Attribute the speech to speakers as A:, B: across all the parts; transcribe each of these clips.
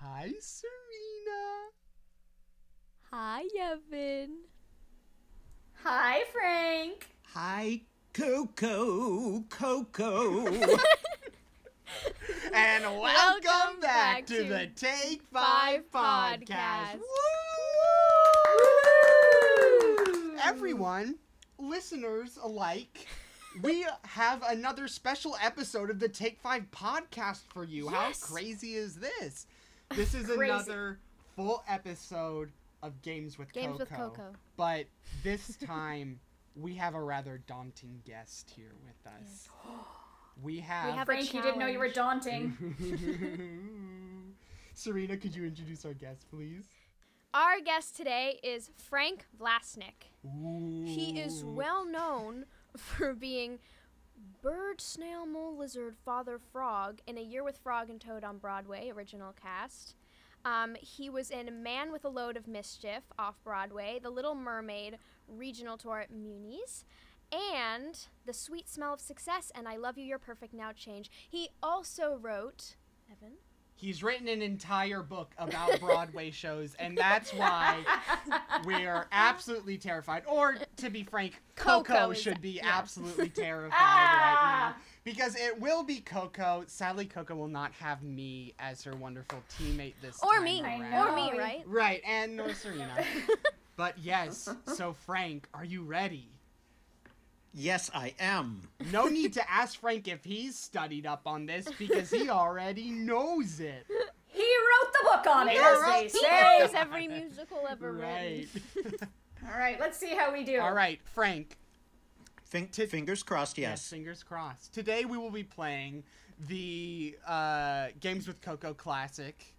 A: Hi, Serena.
B: Hi, Evan.
C: Hi, Frank.
A: Hi, Coco. Coco. and welcome,
B: Welcome
A: back,
B: back
A: to,
B: to
A: the Take Five
B: Five
A: podcast.
B: Podcast.
A: Woo!
B: Mm.
A: Everyone, listeners alike, we have another special episode of the Take Five podcast for you.
B: Yes.
A: How crazy is this? This is
C: Crazy.
A: another full episode of Games with
B: Games with
A: Coco.
B: Coco.
A: But this time, we have a rather daunting guest here with us. We have.
B: have a
C: Frank, you didn't know you were daunting.
A: Serena, could you introduce our guest, please?
B: Our guest today is Frank Vlasnik. He is
A: Ooh.
B: well known for being bird, snail, mole, lizard, father, frog in A Year with Frog and Toad on Broadway, original cast. Um, he was in Man with a Load of Mischief off Broadway, The Little Mermaid regional tour at Muni's, and The Sweet Smell of Success and I Love You, You're Perfect Now Change. He also wrote, Evan?
A: He's written an entire book about Broadway shows, and that's why we're absolutely terrified. Or, to be frank, Coco,
B: Coco is-
A: should be
B: yeah.
A: absolutely terrified right
C: Ah!
A: now. Because it will be Coco. Sadly, Coco will not have me as her wonderful teammate this
B: Or
A: time
B: me,
A: around.
B: or me,
C: Right.
B: right?
A: Right, and nor Serena. but yes, so Frank, are you ready?
D: Yes, I am.
A: No need to ask Frank if he's studied up on this because he already knows it.
C: He wrote the book on it,
A: Yeah,
C: as
A: right.
C: they
B: He
C: say.
B: knows every musical ever
A: Right.
B: written.
C: All right, let's see how we do.
A: All right, Frank.
D: Fin- fingers crossed,
A: Yes,
D: yes.
A: fingers crossed. Today we will be playing the uh, Games with Coco classic,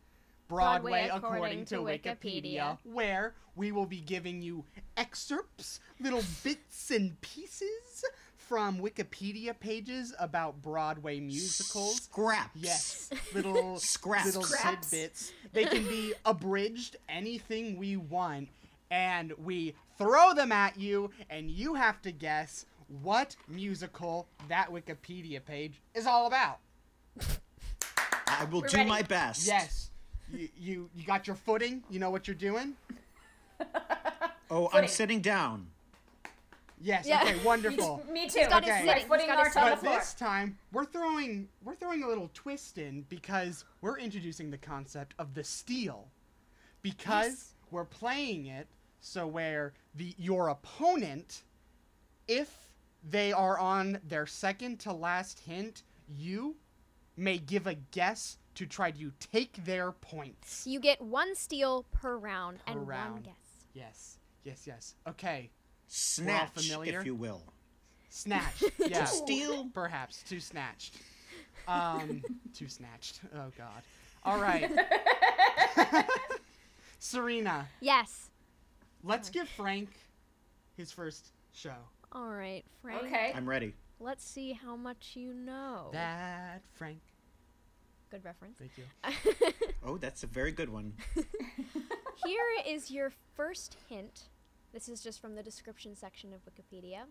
A: Broadway,
B: Broadway
A: according,
B: According
A: to
B: to
A: Wikipedia,
B: Wikipedia.
A: where we will be giving you excerpts, little bits and pieces from Wikipedia pages about Broadway musicals.
D: Scraps.
A: Yes, little
D: Scraps.
A: little
C: Scraps.
A: tidbits. They can be abridged, anything we want, and we throw them at you, and you have to guess what musical that Wikipedia page is all about.
D: I will
C: We're
D: do
C: ready.
D: my best.
A: Yes, you you, you got your footing. You know what you're doing.
D: Oh, I'm
C: Footing.
D: sitting down.
A: Yes.
B: Yeah.
A: Okay. Wonderful.
C: Me too.
B: got his
A: Okay.
B: sitting.
C: Footing
B: He's got his
C: marked on
B: sitting.
C: the
A: But
C: floor.
A: this time we're throwing we're throwing a little twist in because we're introducing the concept of the steal. Because we're playing it so where the your opponent if they are on their second to last hint, you may give a guess to try to take their points.
B: You get one steal per round
A: Per
B: and one
A: round.
B: guess.
A: Yes. Yes, yes. Okay.
D: Snatch,
A: familiar. Oh.
D: if you will.
A: Snatched. Yeah.
D: Steal.
A: Perhaps too snatched. Um, too snatched. Oh God. All right. Serena,
B: Yes.
A: let's
C: Uh-huh.
A: give Frank his first show.
B: All right, Frank.
C: Okay.
D: I'm ready.
B: Let's see how much you know.
A: That Frank.
B: Good reference.
A: Thank you.
C: Uh,
D: Oh, that's a very good one.
B: Here is your first hint. This is just from the description section of Wikipedia.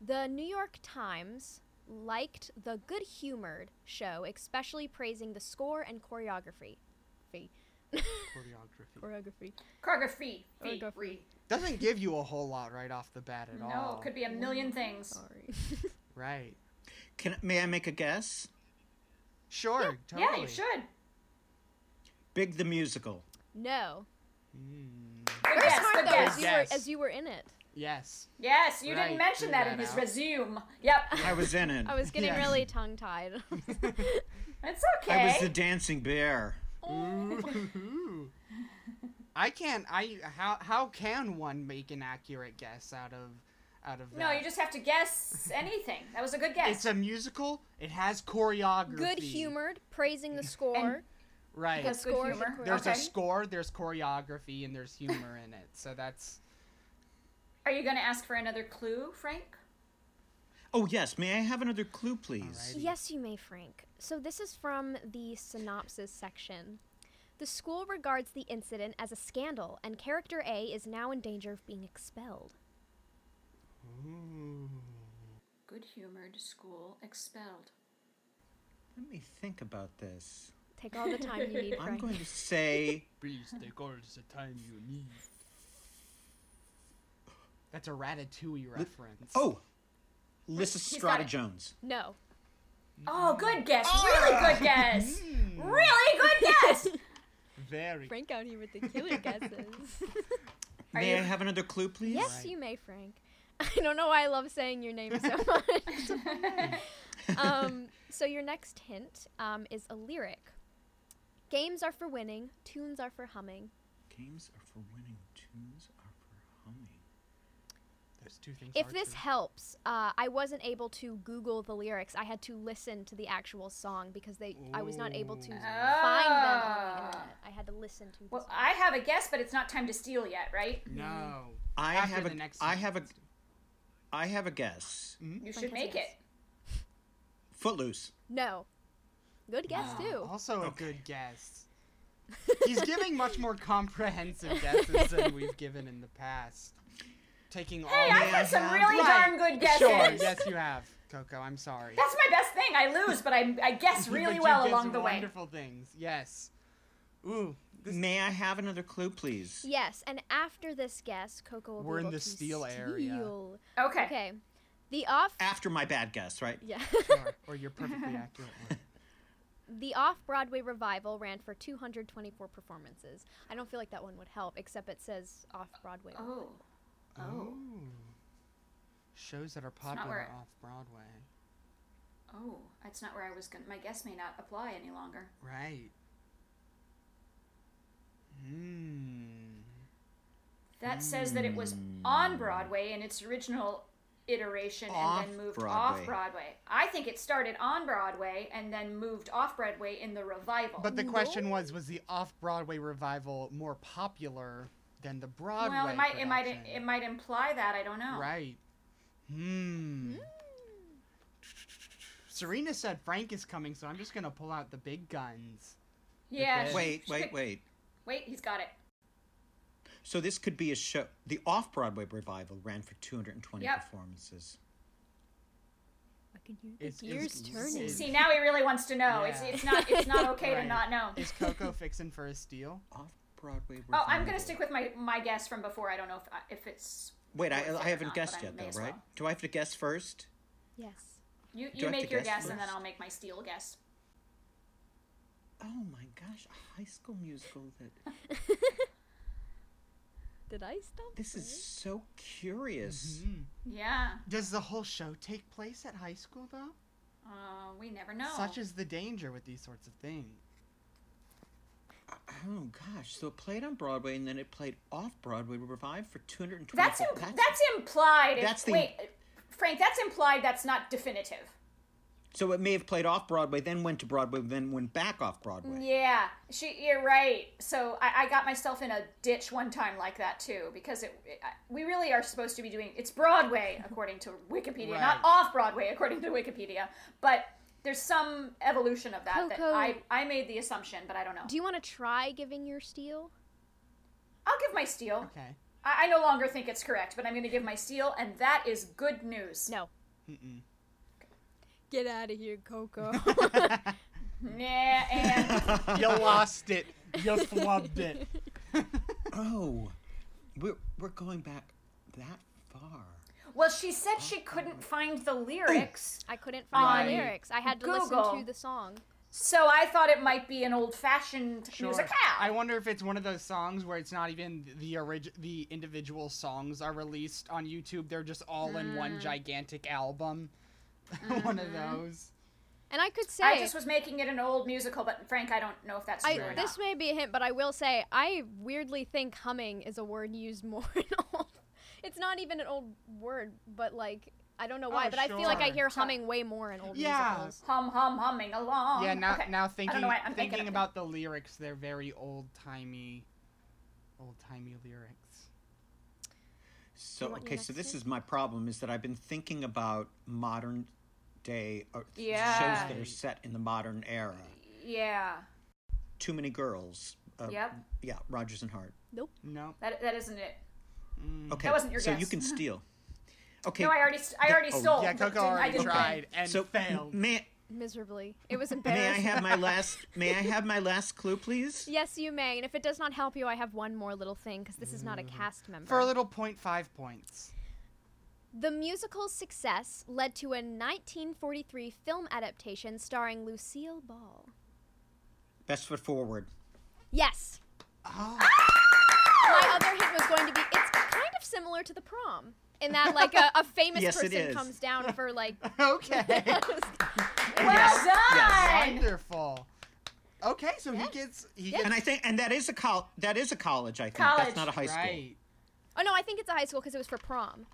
B: The New York Times liked the good humored show, especially praising the score and choreography. Fee.
A: Choreography
B: Choreography.
C: Choreography. Fee.
B: Choreography.
C: Re.
A: doesn't give you a whole lot right off the bat at all.
C: No, it could be a million things.
B: Sorry.
A: Right.
D: Can may I make a guess?
A: Sure. totally.
C: Yeah, you should.
D: Big the musical.
B: no.
A: Mm,
C: Good
B: First
C: guess.
B: time
C: Good
B: though,
C: guess.
B: as you, were,
A: Yes.
B: as you were in it.
A: yes.
C: Yes, you
A: Right,
C: didn't mention
A: threw
C: that,
A: that
C: in his
A: out.
C: resume. Yep.
D: I was in it.
B: I was getting
A: Yes.
B: really tongue tied.
C: It's
D: I was
C: okay.
D: the dancing bear.
A: Ooh. I can't. I how how can one make an accurate guess out of out of that?
C: no, you just have to guess anything. That was a good guess.
A: It's a musical. It has choreography.
B: good humored, praising the score.
A: Right.
C: That's good
B: score,
C: humor.
B: the
A: there's
C: okay.
A: a score, there's choreography, and there's humor in it. So that's
C: Are you going to ask for another clue, Frank?
D: Oh yes, may I have another clue, please?
A: Alrighty.
B: Yes, you may, Frank. So, this is from the synopsis section. The school regards the incident as a scandal, and character A is now in danger of being expelled.
C: Good humored school expelled.
D: Let me think about this.
B: Take all the time you need,
D: I'm
B: Frank.
D: going to say
E: Please take all the time you need.
A: That's a Ratatouille reference.
D: Oh, Lysistrata
C: it.
D: Jones.
B: No.
C: Oh, good guess. Really good guess.
A: Hmm.
C: Really good guess.
A: very.
B: Frank out here with the killer guesses.
C: Are
D: May I
C: you-
D: have another clue, please?
B: yes,
A: Right.
B: you may, Frank. I don't know why I love saying your name so much. um, so your next hint um, is a lyric. Games are for winning, tunes are for humming.
D: Games are for winning. Tunes are for humming.
A: Those two things.
B: If
A: are
B: this
A: true.
B: helps, uh, I wasn't able to Google the lyrics. I had to listen to the actual song because they I was not able to
A: Ooh.
B: find them on the
C: Ah.
B: internet. I had to listen to. the
C: Well,
B: song.
C: I have a guess, but it's not time to steal yet, right?
A: no,
D: I
A: After
D: have a.
A: the next
D: I
A: sentence.
D: have a. I have a guess.
A: Mm-hmm. Hmm?
C: You
B: Frank
C: should
B: has a
C: make
B: guess.
C: it.
D: Footloose.
B: No. Good guess
A: Ah.
B: too.
A: also a good guess. He's giving much more comprehensive guesses than we've given in the past. Taking all.
C: Hey, I've
D: I
C: had some
D: have-
C: really
A: Right.
C: darn good guesses.
A: Sure, yes, you have, Coco. I'm sorry.
C: That's my best thing. I lose, but I, I guess
A: But
C: really
A: you
C: well
A: did
C: along the way.
A: Wonderful things. Yes. Ooh, this
D: May I have another clue, please?
B: Yes, and after this guess, Coco will
A: We're
B: be
A: in
B: able
A: the
B: to
A: steal area.
B: steal.
C: Okay.
B: Okay. The off
D: After my bad guess, right?
B: yeah.
A: sure, or your perfectly accurate one.
B: the off-Broadway revival ran for 224 performances. I don't feel like that one would help except it says off-Broadway.
C: Oh. Oh.
A: Ooh. Shows that are
C: not
A: popular
C: where-
A: off Broadway.
C: Oh. That's not where I was going. to My guess may not apply any longer.
A: Right. Hmm.
C: That says that it was on Broadway in its original iteration and then moved
D: Off-Broadway.
C: off Broadway. I think it started on Broadway and then moved off Broadway in the revival.
A: But the question was was the off Broadway revival more popular than the Broadway?
C: well, it might it might
A: production?
C: it might imply that I don't know.
A: Right. Hmm. Serena said Frank is coming, so I'm just gonna pull out the big guns.
C: Yeah.
A: Okay.
C: she-
D: Wait,
C: she
D: wait,
C: picked-
D: wait.
C: Wait, he's got it.
D: So this could be a show. The off Broadway revival ran for 220
C: Yep.
D: performances.
B: I can hear
A: It's-
B: the
A: it's-
B: gears turning.
A: Is-
C: See, now he really wants to know. It's
A: Yeah.
C: it's not it's not okay
A: Right.
C: to not know.
A: Is Coco fixing for a steal?
D: Off Broadway revival.
C: Oh, I'm gonna stick with my my guess from before. I don't know if if it's
D: Wait, I,
C: worth it
D: I
C: or
D: haven't
C: not,
D: guessed
C: but I
D: yet,
C: may as
D: though, right?
C: well.
D: Do I have to guess first?
B: Yes.
C: you
D: I
C: you
D: have
C: make
D: to
C: your
D: guess
C: guess and then
D: first?
C: I'll make my steal guess.
D: Oh my gosh, a high school musical that.
B: Did I stump?
D: This is so
C: Mm-hmm.
D: curious.
C: Yeah,
A: Mm-hmm. Does the whole show take place at high school though?
C: uh, we never know.
A: Such is the danger with these sorts of things.
D: Oh gosh, so it played on Broadway and then it played off Broadway revived for 220.
C: that's imp- that's, implied. If-
D: That's the-
C: wait, Frank. That's implied. That's not definitive.
D: So it may have played off Broadway, then went to Broadway, then went back off Broadway.
C: Yeah, she. You're right. So I, I got myself in a ditch one time like that too because it, it- I- we really are supposed to be doing it's Broadway according to Wikipedia,
A: Right.
C: not off Broadway according to Wikipedia, but. There's some evolution of that
B: Coco.
C: that I, I made the assumption, but I don't know.
B: Do you want to try giving your steal?
C: I'll give my steal.
A: Okay.
C: I, I no longer think it's correct, but I'm going to give my steal, and that is good news.
B: No.
A: Mm-mm.
B: Get out of here, Coco.
C: Nah, and
A: You lost it. You flubbed it.
D: Oh, we're, we're going back that far.
C: well, she said she couldn't find the lyrics,
B: I couldn't find the
C: On
B: lyrics. I had to listen
C: Google.
B: to the song.
C: so I thought it might be an old-fashioned musicale.
A: I wonder if it's one of those songs where it's not even the orig- the individual songs are released on YouTube. They're just all in one gigantic album. one of those.
B: And I could say
C: I just was making it an old musical, but Frank, I don't know if that's true
B: I,
C: or
B: this
C: not.
B: may be a hint, but I will say I weirdly think humming is a word used more in old. It's not even an old word, but like I don't know why,
A: Oh,
B: but I feel like I
A: sure.
B: hear humming way more in old
A: Yeah.
B: musicals.
C: Hum, hum, humming along.
A: yeah, now
C: Okay.
A: now
C: I
A: thinking
C: don't know why I'm making
A: thinking
C: it.
A: about the lyrics, they're very old-timey old-timey lyrics.
D: So,
B: want your
D: okay, so
B: next
D: this
B: one?
D: is my problem is that I've been thinking about modern day or th-
C: Yeah.
D: shows that are set in the modern era.
C: Yeah,
D: Too many girls. Uh,
C: Yep.
D: Yeah, Rogers and Hart.
A: Nope.
C: that, that isn't it.
D: Mm. Okay,
C: wasn't your
D: so you
C: guess.
D: can steal. Okay,
C: No, I already, st- I already
D: oh,
C: stole.
A: Yeah,
C: but
A: Coco
C: didn't- I
A: already
C: didn't
A: tried and
D: so
A: failed.
D: may
B: miserably. It was
D: May I
B: embarrassing.
D: have my last? May I have my last clue, please?
B: yes, you may. And if it does not help you, I have one more little thing because this is not a
A: Mm.
B: cast member.
F: For a little point five points.
B: The musical's success led to a 1943 film adaptation starring Lucille Ball.
D: Best foot forward.
B: Yes.
A: Oh.
B: My other hint was going to be it's kind of similar to the prom in that like a, a famous
D: Yes, it
B: person
D: is.
B: comes down for like
A: Okay.
C: Well done.
A: Wonderful. Okay, so he gets he
B: Yeah.
A: gets
D: And I think, and that is a col- that is a college. I think
C: College,
D: that's not a high school.
A: right.
B: Oh no, I think it's a high school because it was for prom.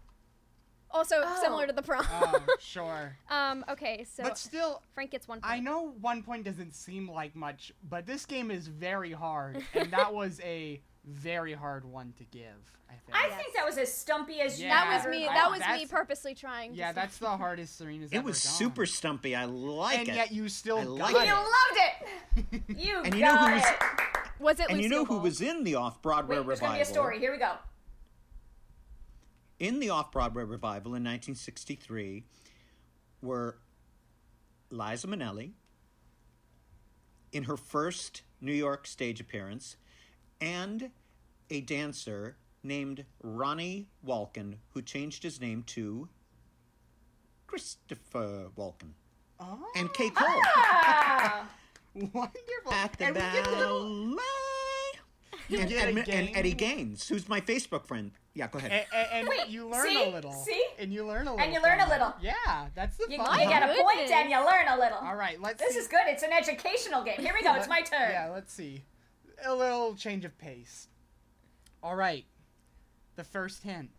B: Also similar
C: Oh.
B: to the prom.
A: Oh, sure.
B: um okay, so
A: But still,
B: Frank gets one point.
A: I know one point doesn't seem like much, but this game is very hard, and that was a very hard one to give. I think.
C: I think that was as stumpy as you.
A: Yeah.
B: That was
C: ever
B: me.
A: I-
B: That
C: got.
B: was me
A: that's-
B: purposely trying. to
A: yeah,
B: see-
A: that's the hardest Serena's
D: It
A: ever
D: was
A: gone.
D: super stumpy. I like
A: and
D: it.
A: yet you still
D: I like
A: got
C: You
A: it.
C: loved it. You
D: And
C: got
D: you know who was-
C: it.
B: Was it?
D: and you know
B: Lucille
D: who
B: Ball?
D: was in the off Broadway
C: Wait, there's gonna be a
D: revival?
C: story. Here we go.
D: In the off Broadway revival in 1963 were Liza Minnelli in her first New York stage appearance and a dancer named Ronnie Walken who changed his name to Christopher Walken
A: Oh,
D: and Kay Cole
C: Ah,
A: wonderful.
D: at the
A: and we get a little-
D: ballet. And,
A: get a
D: and, and
A: game. Eh,
D: Eddie Gaines, who's my Facebook friend. Yeah, go ahead.
A: a- a- and,
C: Wait,
A: you learn
C: see?
A: a little.
C: See?
A: And you learn a little.
C: And you learn a
A: from it.
C: little.
A: Yeah, that's the
C: you, you
A: fun.
C: get a point
B: Goodness.
C: and you learn a little.
A: All right, let's.
C: This
A: see.
C: is good. It's an educational game. Here we go. It's my turn.
A: Yeah, let's see. A little change of pace. All right. The first hint.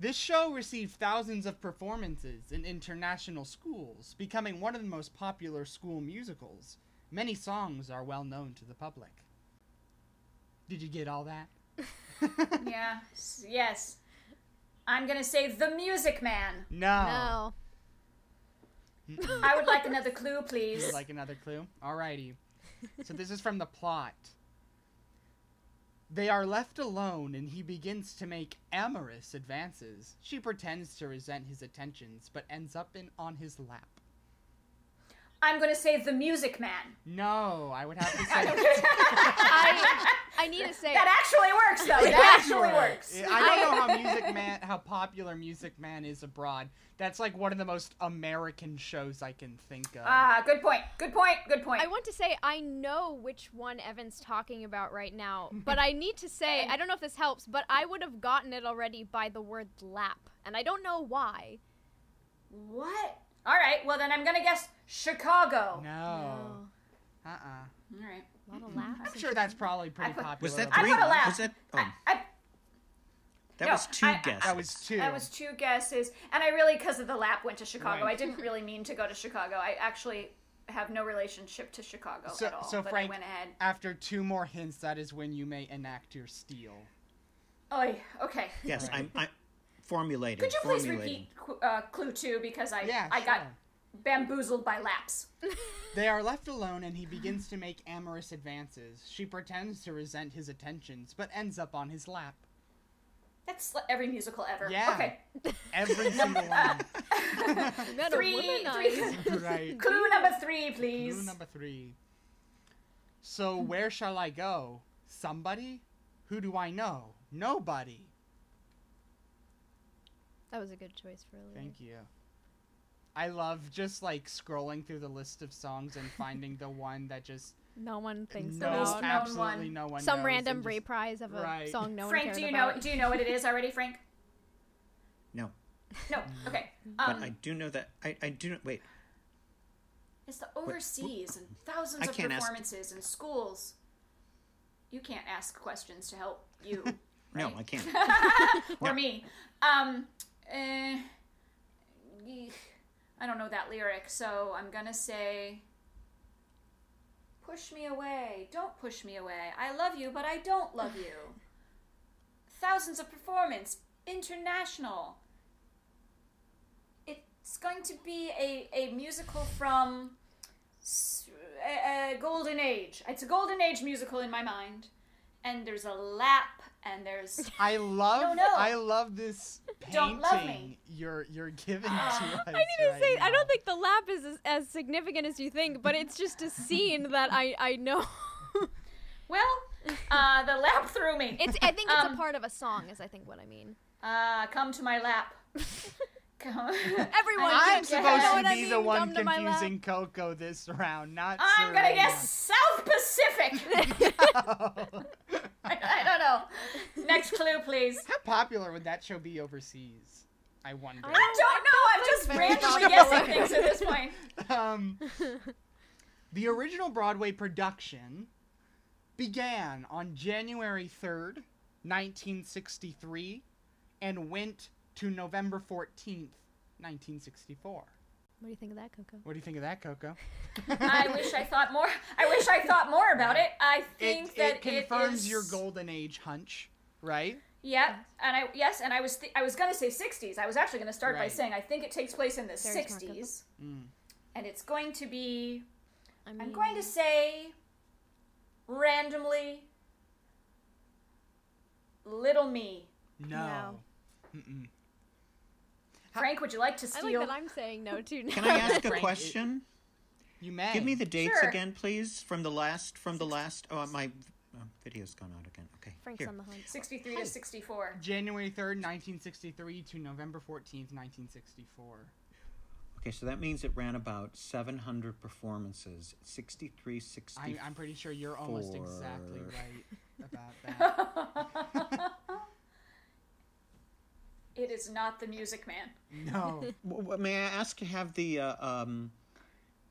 A: This show received thousands of performances in international schools, becoming one of the most popular school musicals. Many songs are well known to the public. Did you get all that?
C: Yeah. S- Yes. I'm gonna say the Music Man.
A: No.
B: No.
C: I would like another clue,
A: You
C: please.
A: would like another clue? Alrighty. So this is from the plot. They are left alone and he begins to make amorous advances. She pretends to resent his attentions, but ends up in on his lap.
C: I'm gonna say the Music Man.
A: No, I would have to say
B: I I need to say.
C: That actually works, though.
A: That
C: That actually works.
A: I don't know how Music Man how popular Music Man is abroad. That's like one of the most American shows I can think of.
C: Ah, good point. Good point. Good point.
B: I want to say I know which one Evan's talking about right now, but I need to say I don't know if this helps, but I would have gotten it already by the word lap, and I don't know why.
C: What? All right. Well, then I'm gonna guess Chicago.
A: no. Uh uh-uh. uh.
C: All right.
B: A lot of laps.
A: i am sure that's probably pretty
C: I put-
A: popular.
D: was that
A: abroad.
D: three?
C: put a laugh.
D: Was that? Oh,
C: I,
D: that
C: no,
D: was two
C: I- I-
D: guesses.
A: That was two.
C: that was two guesses, and I really, because of the lap, went to Chicago.
A: Right.
C: I didn't really mean to go to Chicago. I actually have no relationship to Chicago
A: So-
C: at all.
A: so
C: but
A: Frank-
C: I went ahead.
A: After two more hints, that is when you may enact your steal.
C: Oh, okay.
D: Yes, I'm, I'm formulating.
C: Could you please
D: formulating.
C: repeat cl- uh, clue two because I
A: Yeah,
C: I got
A: sure.
C: bamboozled by laps.
A: They are left alone, and he begins to make amorous advances. She pretends to resent his attentions, but ends up on his lap.
C: That's like every musical ever.
A: Yeah.
C: Okay.
A: Every single one.
B: Men are
C: Three.
B: womanized.
C: three
A: Right.
C: clue number three, please.
A: Clue number three. So where shall I go? Somebody? Who do I know? Nobody.
B: That was a good choice for a
A: Thank you. I love just like scrolling through the list of songs and finding the one that just
B: No one thinks
A: no,
C: Least
B: about
C: known
A: absolutely
C: one.
A: no one.
B: some
A: knows and
B: random
A: just-
B: reprise of a
A: Right.
B: song no one
C: Frank,
B: cares
C: do you
B: about.
C: know do you know what it is already, Frank?
D: No,
C: No. Okay.
D: but
C: Um,
D: I do know that. I, I do not. Wait,
C: It's the overseas and thousands
D: I
C: of
D: can't ask-
C: performances and schools. You can't ask questions to help you
D: no, I can't.
C: or
D: No.
C: me. Um, eh, eek. I don't know that lyric, so I'm gonna say, "Push me away, don't push me away. I love you, but I don't love you." Thousands of performance, international. It's going to be a, a musical from s- a, a golden age. It's a golden age musical in my mind, and there's a lap, and there's
A: I love
C: No, no.
A: I love this
C: Don't love me.
A: painting you're you're giving to us.
C: Ah.
B: I need to say, I don't think the lap is as, as significant as you think, but it's just a scene that I, I know.
C: well, uh, the lap threw me.
B: It's I think it's a
C: Um,
B: part of a song, is I think what I mean.
C: Ah, come to my lap. Come.
B: Everyone
C: I-
A: I'm
B: should
C: Yeah.
A: supposed
B: know
A: to
B: what
A: be
B: I
A: the
B: mean,
A: one
B: come to my lap.
A: confusing Coco this round, not
C: I'm gonna
A: Serena.
C: guess South Pacific. I, I don't know. Next clue, please.
A: How popular would that show be overseas? I wonder.
B: I
C: I don't know. I'm just randomly guessing things at this point.
A: um, the original Broadway production began on January 3rd, 1963, and went to November 14th, 1964.
B: What do you think of that, Coco?
A: What do you think of that, Coco?
C: I wish I thought more. I wish I thought more about it. I think
A: It,
C: that
A: it confirms
C: is-
A: your golden age hunch, right?
C: Yep. And I yes, and I was th- I was gonna say 60s. I was actually gonna start by
A: Right. Mm.
C: saying I think it takes place in the
B: Very smart,
C: 60s, and it's going to be.
B: I mean,
C: I'm going to say randomly. Little me.
A: No.
C: Frank, would you like to
B: I
C: steal?
B: like that I'm saying no too now.
D: Can I ask a
A: Frank, it-
D: question?
A: You may.
D: Give me the dates
C: Sure.
D: again, please. From the last, from the last. Oh, my oh, video's gone out again. Okay.
B: Frank's
D: here.
B: on the hunt.
C: 63 to 64.
A: January 3rd, 1963 to November 14th, 1964.
D: Okay, so that means it ran about 700 performances. 63, 64.
A: I, I'm pretty sure you're almost exactly
D: Four.
A: right about that.
C: It is not the Music Man.
A: No.
D: W- w- May I ask to have the uh, um,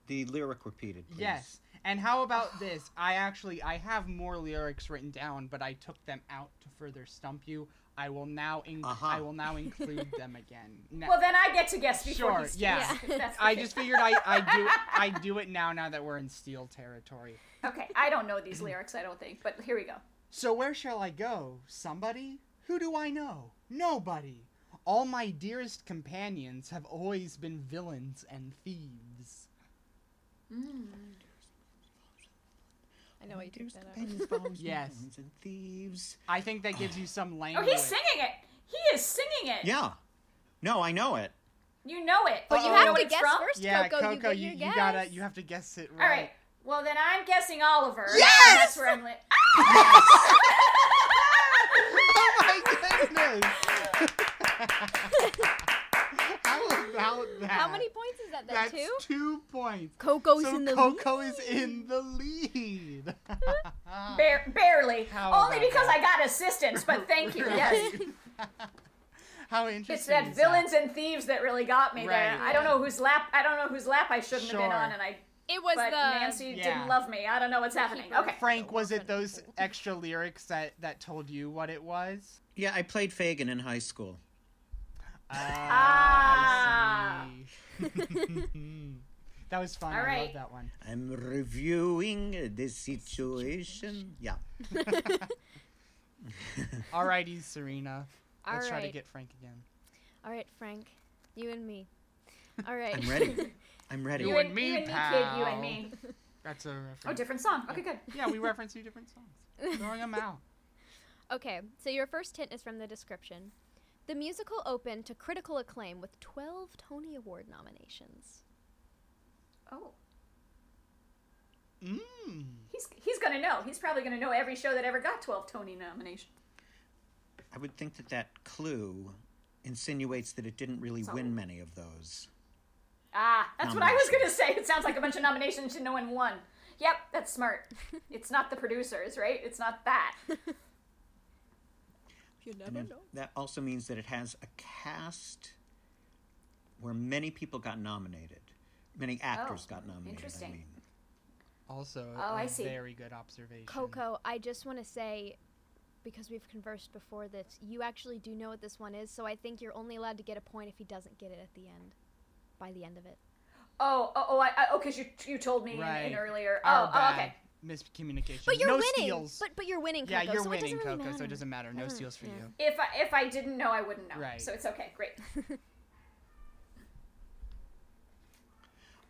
D: the lyric repeated, please?
A: Yes. And how about this? I actually I have more lyrics written down, but I took them out to further stump you. I will now in-
D: Aha.
A: I will now include them again. No,
C: Uh-huh. Well, then I get to guess before
A: sure.
C: he steals.
A: Yeah.
B: Yeah.
C: if that's the
A: I
C: case.
A: just figured I I do I do it now now that we're in steel territory.
C: Okay, I don't know these lyrics, I don't think, but here we go.
A: So where shall I go? Somebody? Who do I know? Nobody. All my dearest companions have always been villains and thieves.
B: I
C: Oh,
B: know I took
D: Here's the
B: that out.
D: pennies, bombs,
A: Yes.
D: villains, and thieves.
A: I think that gives you some
C: Oh,
A: language.
C: he's singing it. He is singing it.
D: Yeah. No, I know it.
C: You know it.
B: But you
A: Uh-oh.
C: know
B: have
C: what
B: to
C: it's
B: guess
C: from?
B: first,
A: Yeah,
B: Coco. you get
A: you,
B: your
A: you
B: guess.
A: gotta you have to guess it right.
C: All right. Well, then I'm guessing Oliver.
A: Yes!
C: That's where I'm li-
A: Oh my goodness! how about that?
B: How many points is that? That
A: That's
B: two?
A: two points.
B: Coco's
A: so
B: in the
A: Coco is in the lead.
C: Bare- barely.
A: How
C: Only
A: about
C: because
A: that?
C: I got assistance, but thank you. Yes.
A: How interesting!
C: It's that
A: is
C: villains and thieves that really got me there.
A: Right.
C: I don't know whose lap I don't know whose lap I shouldn't have been
A: Sure.
C: on and I
B: It was
C: but
B: the
C: Nancy
A: Yeah.
C: didn't love me. I don't know what's happening.
B: keeper.
C: Okay.
A: Frank, was it those extra lyrics that that told you what it was?
D: Yeah, I played Fagin in high school.
A: Ah. I see. that was fun.
C: All
A: I
C: right.
A: love that one.
D: I'm reviewing the situation. Yeah.
A: Alrighty, Serena. Let's try to
B: Alright.
A: get Frank again.
B: All right, Frank. You and me. All right.
D: I'm ready. I'm ready.
A: You
C: You and,
A: and me,
C: you and me, kid, you and
A: pal.
C: me.
A: That's a reference.
C: Oh, different song. Okay, good.
A: Yeah, we reference two different songs. Throwing them out.
B: Okay, so your first hint is from the description. The musical opened to critical acclaim with 12 Tony Award nominations.
C: Oh.
A: Mm.
C: He's he's gonna know. He's probably gonna know every show that ever got twelve Tony nominations.
D: I would think that that clue insinuates that it didn't really win many of those.
C: Ah, that's what I was gonna say. It sounds like a bunch of nominations and no one won. Yep, that's smart. it's not the producers, right? It's not that.
B: You
D: And then that also means that it has a cast where many people got nominated. Many actors
C: Oh,
D: got nominated.
C: interesting.
D: I mean.
A: Also,
C: Oh,
A: a
C: I see.
A: very good observation.
B: Coco, I just want to say, because we've conversed before this, you actually do know what this one is, so I think you're only allowed to get a point if he doesn't get it at the end, by the end of it.
C: Oh, oh, oh, I, I, oh, because you you told me in- in,
A: Right.
C: earlier.
A: Our
C: oh, oh,
A: bad.
C: okay.
A: Miscommunication.
B: But you're
A: no
B: winning.
A: Steals.
B: But but you're winning, Coco.
A: yeah, you're
B: so
A: winning,
B: it doesn't really
A: Coco,
B: matter.
A: so it doesn't matter. No
B: Doesn't-
A: steals for
B: yeah.
A: you.
C: If I if I didn't know, I wouldn't know.
A: Right.
C: So it's okay. Great.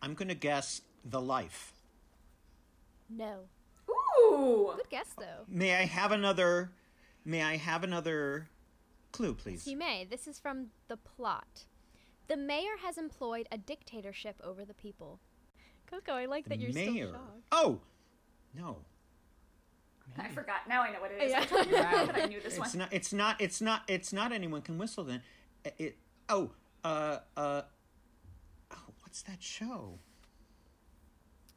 D: I'm going to guess The Life.
B: No.
C: Ooh. Ooh.
B: Good guess, though.
D: May I have another? May I have another clue, please?
B: You may. This is from the plot. The mayor has employed a dictatorship over the people. Coco, I like that you're still shocked.
D: Oh, no.
C: I forgot. Now I know what it is.
B: Yeah.
C: I told you that I knew this
D: It's
C: one.
D: not. It's not. It's not. It's not. Anyone can whistle. Then it. it- oh. Uh. Uh. Oh, what's that show?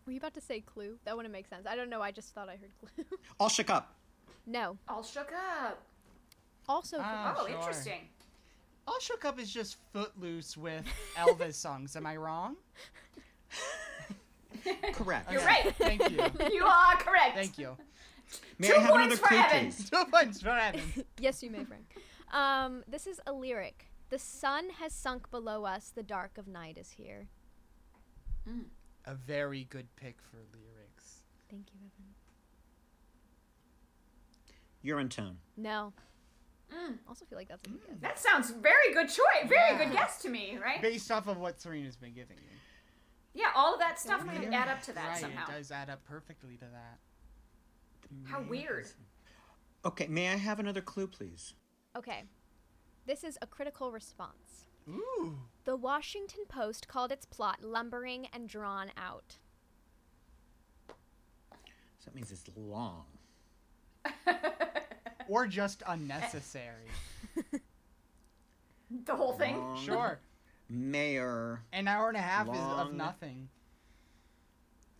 B: Were you about to say clue? That wouldn't make sense. I don't know. I just thought I heard clue.
D: All shook up.
B: no.
C: All shook up.
B: Also,
A: Ah.
C: Oh,
A: sure.
C: interesting.
A: All Shook Up is just Footloose with Elvis songs. Am I wrong?
D: Correct.
C: You're right.
A: Thank you.
C: You are correct.
A: Thank you.
D: May
C: Two
D: I have
C: points
D: another
C: for
D: clue,
C: Evan.
D: please?
A: Two points for Evan.
B: yes, you may, Frank. Um, this is a lyric. The sun has sunk below us. The dark of night is here.
A: A very good pick for lyrics.
B: Thank you, Evan.
D: You're in tone.
B: No.
C: Mm.
B: Also, feel like that's a good guess.
C: That sounds very good choice. Very good guess to me, right?
A: Based off of what Serena's been giving you.
C: Yeah, all of that stuff could add up to that
A: right,
C: somehow.
A: it does add up perfectly to that.
C: How weird.
D: Okay. May I have another clue, please?
B: Okay. This is a critical response.
A: Ooh.
B: The Washington Post called its plot lumbering and drawn out.
D: So that means it's long.
A: Or just unnecessary.
C: The whole thing.
D: Long
A: Sure.
D: Mayor.
A: An hour and a half is of
D: Long.
A: nothing.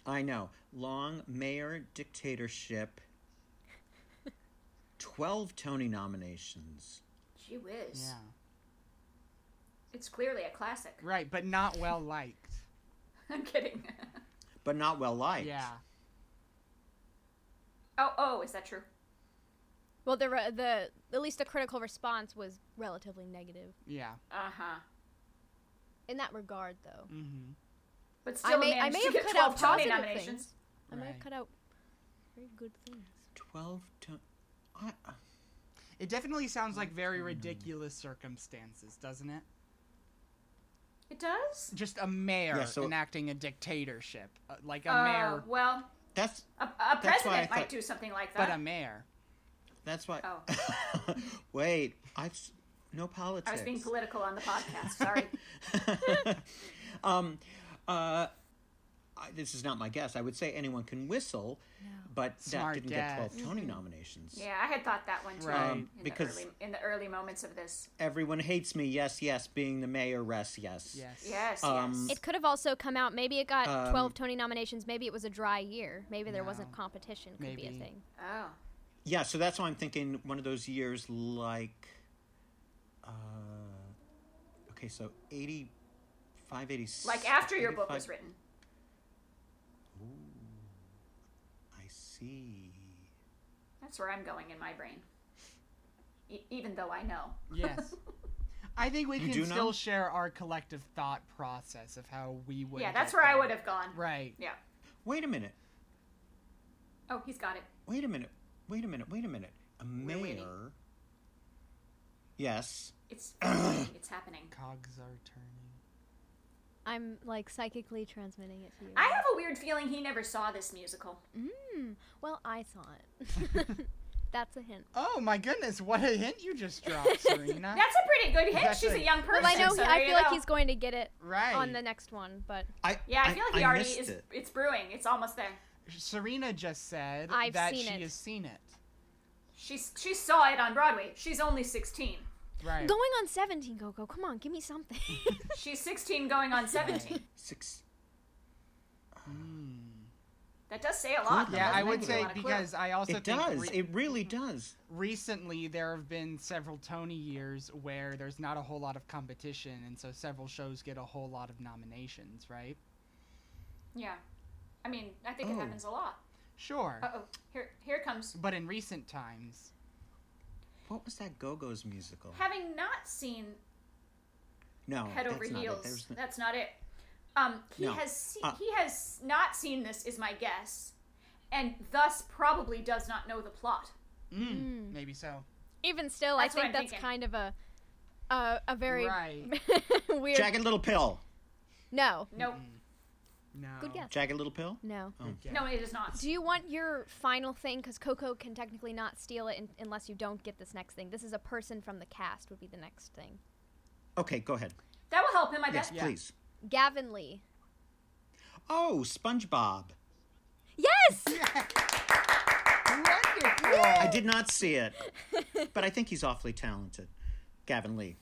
D: I know. Long mayor dictatorship. 12 Tony nominations.
C: Gee whiz.
A: Yeah.
C: It's clearly a classic.
A: Right, but not well liked.
C: I'm kidding.
D: But not well liked.
A: Yeah.
C: oh, oh, is that true?
B: Well, the re- the at least the critical response was relatively negative
A: Yeah.
C: Uh huh.
B: in that regard, though.
A: Mm-hmm.
C: But still,
B: I may I
C: managed
B: may
C: to
B: have
C: get
B: cut
C: 12
B: out
C: Tony
B: positive
C: nominations.
B: things. I may have
A: Right.
B: cut out very good things.
D: 12 Tony. I, uh,
A: It definitely sounds like very ridiculous circumstances, doesn't it?
C: It does.
A: Just a mayor
D: Yeah, so-
A: enacting a dictatorship, uh, like a
C: Uh,
A: mayor,
C: well,
D: that's
C: a, a
D: why I
C: president might
D: thought-
C: do something like that.
A: but a mayor.
D: that's why.
C: Oh.
D: Wait, I've s- no politics.
C: I was being political on the podcast. Sorry.
D: um, uh, I, this is not my guess. I would say anyone can whistle, but
A: Smart
D: that didn't
A: guess. Mm-hmm.
D: get 12 Tony nominations.
C: yeah, I had thought that one too.
A: Right.
C: In,
D: because-
C: the early, in the early moments of this.
D: Everyone hates me. Yes, yes. Being the mayor. Yes, yes.
A: Yes.
C: Yes.
D: Um,
C: yes.
B: It could have also come out. Maybe it got
D: Um,
B: 12 Tony nominations. Maybe it was a dry year. Maybe there wasn't
A: No.
B: competition. Could be a
A: Maybe.
B: thing.
C: Oh.
D: Yeah, so that's why I'm thinking one of those years like uh okay, so 85 86
C: Like after your book was
D: 85
C: written.
D: I see.
C: That's where I'm going in my brain. E- even though I know.
A: Yes. I think we
D: You
A: can
D: do
A: still
D: know?
A: share our collective thought process of how we would.
C: yeah,
A: get
C: that's where I
A: there.
C: would have gone.
A: Right.
C: Yeah.
D: Wait a minute.
C: Oh, he's got it.
D: Wait a minute. Wait a minute. Wait a minute. A
C: waiting.
D: mayor. Yes.
C: It's it's happening.
A: Cogs are turning.
B: I'm like psychically transmitting it to you.
C: I have a weird feeling he never saw this musical.
B: Mm, well, I saw it. That's a hint.
A: Oh my goodness! What a hint you just dropped, Serena.
C: That's a pretty good hint.
A: That's
C: She's a
A: right.
C: young person.
B: Well, I know. He,
C: so there
B: I
C: you
B: feel like
C: go.
B: he's going to get it
A: right.
B: on the next one, but
D: I
C: Yeah, I feel like he already
D: missed
C: is.
D: it.
C: It's brewing. It's almost there.
A: Serena just said
B: I've
A: that
B: seen
A: she
B: it.
A: has seen it.
C: She's she saw it on Broadway. She's only 16.
A: Right.
B: going on 17, Coco. Come on, give me something.
C: She's 16 going on 17.
D: 6
C: That does say a lot. though,
A: yeah, I
C: doesn't
A: would
C: it? You
A: say
C: wanna quit.
A: because I also
D: It
A: think
D: does.
A: re-
D: it really
C: Mm-hmm.
D: does.
A: recently there have been several Tony years where there's not a whole lot of competition, and so several shows get a whole lot of nominations, right?
C: Yeah. I mean, I think it
D: Oh.
C: happens a lot.
A: Sure.
C: Uh-oh. Here here it comes.
A: But in recent times,
D: What was that Go-Go's musical?
C: Having not seen
D: no,
C: head over
D: Oh, that's not it.
C: heels.
D: There's no-
C: That's not it. Um, he
D: No.
C: has se-
D: Uh,
C: he has not seen this is my guess, and thus probably does not know the plot.
A: mm, maybe so.
B: Even still,
C: That's
B: I
C: what
B: think
C: I'm
B: that's
C: thinking.
B: kind of a a, a very
A: Right.
B: weird.
D: Jagged Little Pill.
A: Mm-hmm.
B: No,
C: Nope.
F: No.
B: Good guess.
D: Jagged Little Pill?
B: No.
D: Oh.
C: No, it is not.
B: Do you want your final thing? Because Coco can technically not steal it un- unless you don't get this next thing. This is a person from the cast, would be the next thing.
D: Okay, go ahead.
C: That will help him, I bet.
D: Yes,
F: Yeah.
D: please.
B: Gavin Lee.
D: Oh, SpongeBob.
B: Yes!
A: Wonderful.
D: I did not see it, but I think he's awfully talented. Gavin Lee.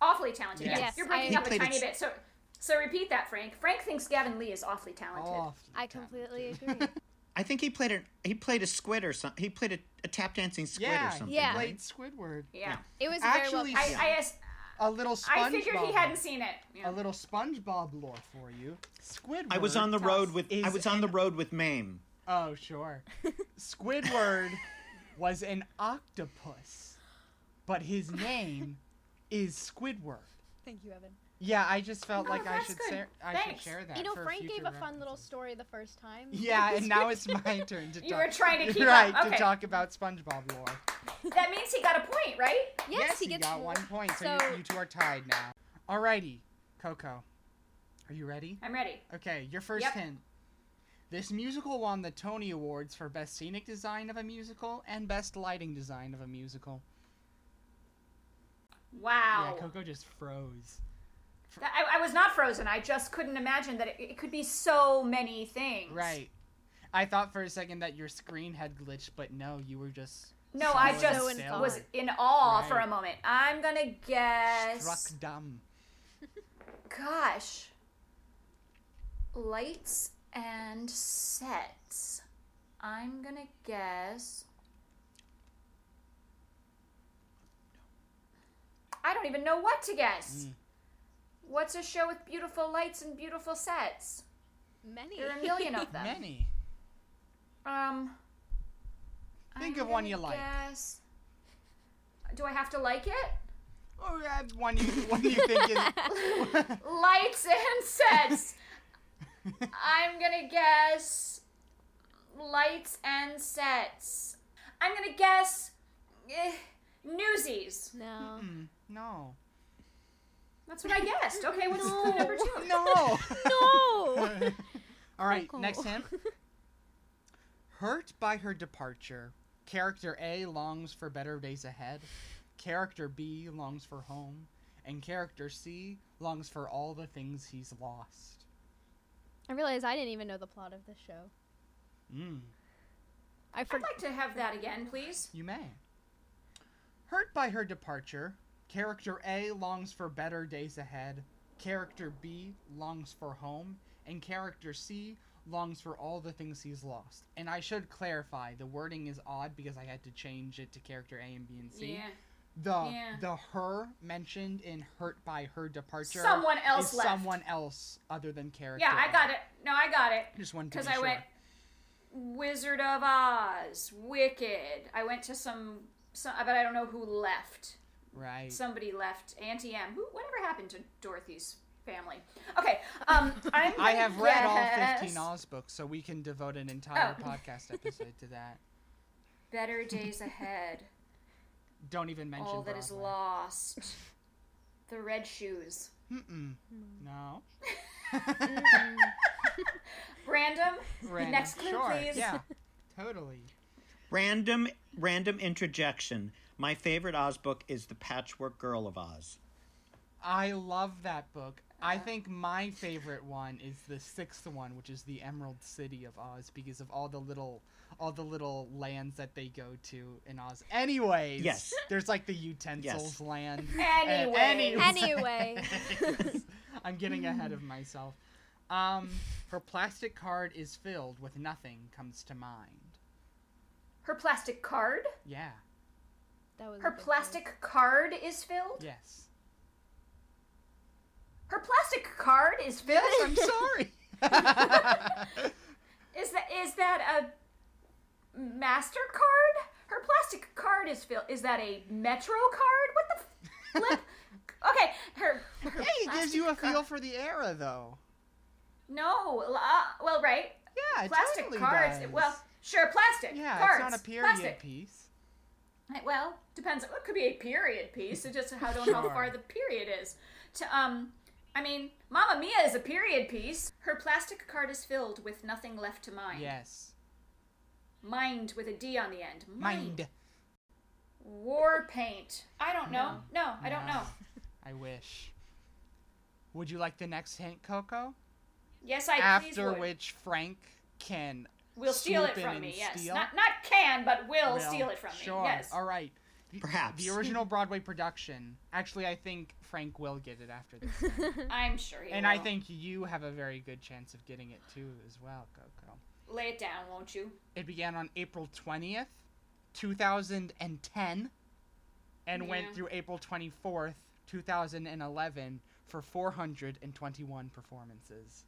C: Awfully talented.
F: Yes.
B: Yes,
C: You're
B: I- He
C: breaking up a
D: played a
C: tiny
D: ch-
C: bit. So, so repeat that, Frank. Frank thinks Gavin Lee is awfully talented.
A: Oh.
F: Awfully
B: I
F: talented.
B: completely agree.
D: I think he played a he played a squid or something. He played a, a tap dancing squid
F: yeah,
D: or something.
B: Yeah.
F: He played
D: right?
F: Squidward.
C: Yeah.
B: It was very
A: Actually,
B: well.
C: I, I, as-
A: A little SpongeBob.
C: I figured he hadn't seen it. Yeah.
A: A little SpongeBob lore for you. Squidward.
D: I was on the road
A: us
D: with
A: is
D: I was on the
A: an-
D: road with Mame.
A: Oh sure. Squidward was an octopus, but his name is Squidward.
B: Thank you, Evan.
A: Yeah, I just felt
C: Oh,
A: like I
C: that's
A: should
C: good.
A: share. I
C: Thanks.
A: should share that.
B: You know,
A: for
B: Frank
A: future
B: gave a fun little
A: references.
B: story the first time.
A: Yeah, and now it's my turn to talk.
C: You were trying to keep
A: right,
C: up. Okay.
A: to talk about SpongeBob lore.
C: That means he got a point, right?
B: Yes, he gets
A: got
B: more.
A: one point, so,
B: So-
A: you, you two are tied now. Alrighty, Coco, are you ready?
C: I'm ready.
A: Okay, your first
C: Yep.
A: hint. This musical won the Tony Awards for Best Scenic Design of a Musical and Best Lighting Design of a Musical.
C: Wow.
A: Yeah, Coco just froze.
C: That- I, I was not frozen. I just couldn't imagine that it, it could be so many things.
A: Right. I thought for a second that your screen had glitched, but no, you were just
C: No, I
A: solid
C: just
B: So
A: as
B: enthralled.
C: was
A: stone.
C: in awe
A: Right.
C: for a moment. I'm gonna guess.
A: struck dumb.
C: Gosh. Lights and sets. I'm gonna guess. I don't even know what to guess.
A: Hmm.
C: What's a show with beautiful lights and beautiful sets?
B: Many.
C: There are a million of them.
A: Many.
C: Um.
A: Think
C: I'm
A: of one you
C: gonna
A: like.
C: guess- Do I have to like it?
A: Oh, yeah, one you one you think is.
C: Lights and sets. I'm gonna guess lights and sets. I'm gonna guess eh, Newsies.
B: No.
A: Hmm, no.
C: That's what I guessed. Okay, what's clue number two?
A: No.
B: No!
A: All right,
B: Coco.
A: next hint. Hurt by her departure, character A longs for better days ahead, character B longs for home, and character C longs for all the things he's lost.
B: I realize I didn't even know the plot of this show.
A: Mm,
B: I
C: I'd
B: forgot.
C: like to have that again, please.
A: you may. Hurt by her departure, character A longs for better days ahead, character B longs for home, and character C longs for all the things he's lost. And I should clarify, the wording is odd because I had to change it to character A and B and C.
C: Yeah.
A: The
C: Yeah.
A: the her mentioned in hurt by her departure.
C: Someone else
A: is
C: left.
A: someone else other than character.
C: Yeah, I
A: A.
C: got it. No, I got it.
A: Just one
C: Because I went Wizard of Oz, Wicked. I went to some, some, but I don't know who left.
A: right.
C: Somebody left. Auntie M. Who? Whatever happened to Dorothy's family? Okay. Um, I'm.
A: I
C: gonna
A: have read all
C: guess
A: 15 Oz books, so we can devote an entire
C: Oh.
A: podcast episode to that.
C: Better days ahead.
A: Don't even mention
C: all that is
A: Broadway.
C: lost. The red shoes.
A: Mm-mm.
C: Hmm.
A: No.
C: Random.
A: Random.
C: Next clue,
A: sure.
C: please.
A: Yeah. Totally.
D: Random random interjection. My favorite Oz book is The Patchwork Girl of Oz.
A: I love that book. I
C: Uh-huh.
A: think my favorite one is the sixth one, which is the Emerald City of Oz, because of all the little, all the little lands that they go to in Oz. Anyways,
D: Yes.
A: there's like the utensils land.
C: Anyways.
B: Anyway.
A: I'm getting ahead of myself. Um, her plastic card is filled with nothing comes to mind.
C: Her plastic card.
A: Yeah.
B: That was a
C: Her
B: good
C: plastic card is filled.
A: Yes.
C: Her plastic card is filled.
A: I'm sorry.
C: Is that is that a Mastercard? Her plastic card is filled. Is that a Metro card? What the flip? okay, her. her
A: hey, it gives
C: plastic
A: you a
C: card-
A: feel for the era, though.
C: No, uh, well, right.
A: Yeah, it
C: Plastic
A: totally
C: cards.
A: does.
C: Well, sure, plastic.
A: yeah,
C: cards.
A: it's not a period
C: Plastic.
A: piece.
C: Uh, Well, depends. It could be a period piece. It just I don't know how far
A: Sure.
C: the period is. To um, I mean, Mamma Mia is a period piece. Her plastic card is filled with nothing left to mind.
A: Yes.
C: Mind with a D on the end.
A: Mind.
C: War paint. I don't know. No, I don't
A: No.
C: know.
A: I wish. Would you like the next hint, Coco?
C: Yes, I please
A: After
C: would.
A: which Frank can
C: will steal
A: swoop
C: it
A: in
C: from
A: and
C: me. Yes,
A: steal?
C: not not can, but will
A: Well,
C: steal it from
A: sure.
C: me. Yes.
A: All right. The-
D: Perhaps.
A: The original Broadway production. Actually, I think Frank will get it after this.
C: I'm sure he
A: and
C: will.
A: I think you have a very good chance of getting it too as well, Coco.
C: lay it down, won't you?
A: It began on April 20th, 2010, and
C: Yeah.
A: went through April 24th, 2011 for 421 performances.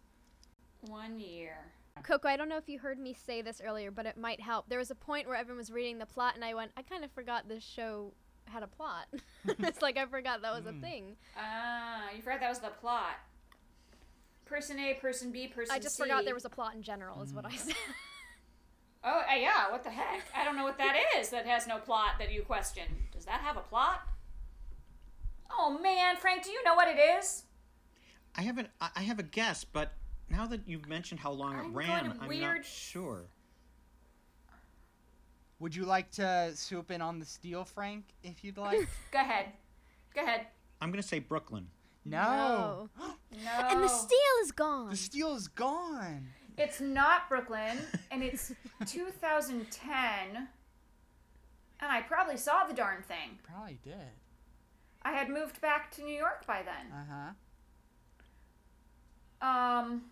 C: One year.
B: Coco, I don't know if you heard me say this earlier, but it might help. There was a point where everyone was reading the plot, and I went, I kind of forgot this show had a plot. it's like I forgot that was a thing.
C: Ah, you forgot that was the plot. Person A, person B, person
B: I just
C: C.
B: forgot there was a plot in general, is what I said.
C: Oh, uh, yeah, what the heck? I don't know what that is that has no plot that you question. Does that have a plot? Oh man, Frank, do you know what it is?
D: I haven't. I I have a guess, but now that you've mentioned how long it
C: I'm
D: ran,
C: going
D: I'm
C: weird.
D: not sure.
A: Would you like to swoop in on the steel, Frank, if you'd like?
C: Go ahead. Go ahead.
D: I'm going to say Brooklyn.
A: no.
C: No.
B: And the steel is gone.
A: Oh. The steel is gone.
C: It's not Brooklyn, and it's 2010. And I probably saw the darn thing.
A: Probably did.
C: I had moved back to New York by then.
A: Uh huh.
C: Um,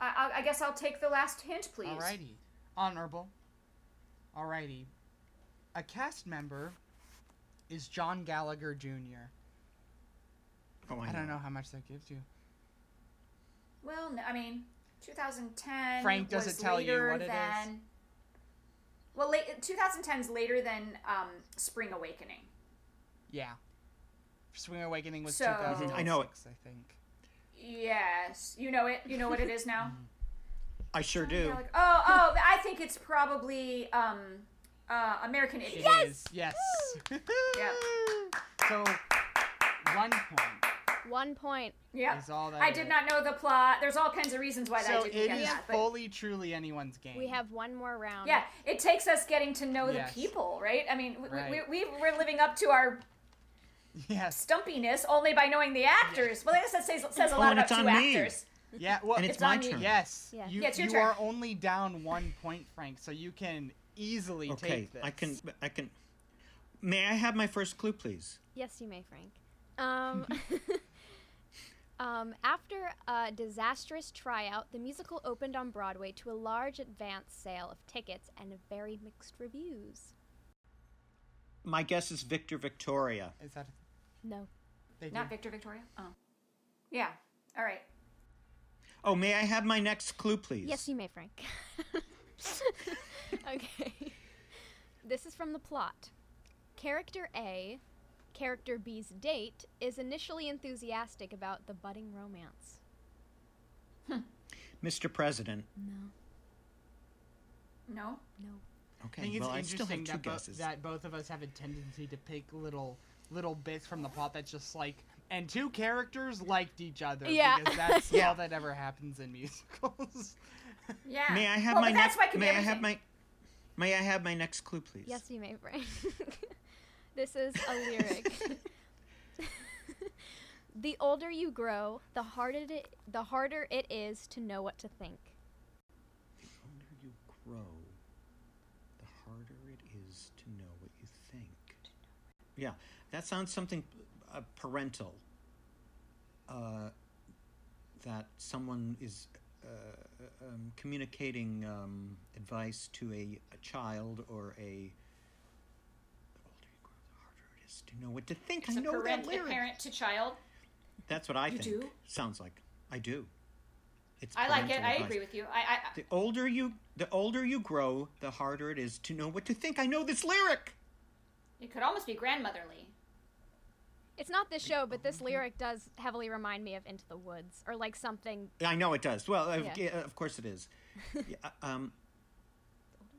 C: I, I, I guess I'll take the last hint, please.
A: Alrighty. Honorable. Alrighty. A cast member is John Gallagher Jr.
D: Oh,
A: I don't know how much that gives you.
C: Well, no, I mean, 2010.
A: Frank doesn't
C: was
A: tell you
C: later
A: what it is.
C: than, Well, late, 2010's later than um, Spring Awakening.
A: Yeah. Swing Awakening was
C: So-
A: 2006,
D: I know it.
A: I think.
C: Yes, you know it. You know what it is now.
D: I sure
C: Yeah,
D: do.
C: like- oh, oh, I think it's probably um, uh, American Idiot.
A: It is, Yes.
C: Yep.
A: so, one point
C: uh,
B: One point.
C: Yep.
A: is all that
C: I did
A: is.
C: not know the plot. There's all kinds of reasons why
A: So
C: I
A: it
C: didn't get
A: is
C: that. But
A: fully, truly anyone's game.
B: We have one more round.
C: yeah, it takes us getting to know
A: Yes.
C: the people, right? I mean, we,
A: Right.
C: We, we, we're living up to our
A: Yes.
C: stumpiness only by knowing the actors. Well, I guess that says, says a
D: Oh,
C: lot
D: and
C: about
D: it's
C: two
D: on me.
C: actors.
A: Yeah. Well,
D: And it's,
C: It's
D: my
C: on you.
D: turn.
A: yes.
B: Yeah.
A: You,
C: Yeah, it's your
A: you
C: turn.
A: are only down one point, Frank, so you can easily
D: Okay.
A: take this.
D: I can. I can. May I have my first clue, please?
B: Yes, you may, Frank. Um, um, after a disastrous tryout, the musical opened on Broadway to a large advance sale of tickets and very mixed reviews.
D: My guess is Victor Victoria.
A: Is that
B: No.
A: they
C: Not
A: do.
C: Victor Victoria? Oh. Yeah. All right.
D: Oh, may I have my next clue, please?
B: Yes, you may, Frank. okay. This is from the plot. Character A, character B's date, is initially enthusiastic about the budding romance.
D: Mr. President.
B: No,
C: No?
B: no.
D: Okay.
A: I think it's
D: well, I still
A: interesting
D: have two
A: that, bo-
D: guesses.
A: that both of us have a tendency to pick little little bits from the plot that's just like and two characters liked each other
B: Yeah.
A: because that's
D: Yeah.
A: all that ever happens in musicals.
C: Yeah.
D: May I have
C: well,
D: my
C: but that's
D: next?
C: why it can be
D: May I have
C: everything.
D: my? May I have my next clue, please?
B: Yes, you may, Frank. this is a lyric. the older you grow, the harder it, the harder it is to know what to think.
D: The older you grow, the harder it is to know what you think. Yeah, that sounds something uh, parental. Uh, that someone is uh, um, communicating um, advice to a, a child or a. The older you grow, the harder it is to know what to think.
C: It's
D: I
C: a
D: know
C: parent,
D: that lyric.
C: parent to child.
D: That's what I
C: You
D: think.
C: do?
D: Sounds like I do. It's
C: I like it.
D: parental
C: I
D: advice.
C: agree with you. I, I
D: The older you the older you grow, the harder it is to know what to think. I know this lyric.
C: It could almost be grandmotherly.
B: It's not this show, but this lyric does heavily remind me of Into the Woods or like something.
D: I know it does. Well, of-
B: Yeah.
D: uh, of course it is. Yeah, um,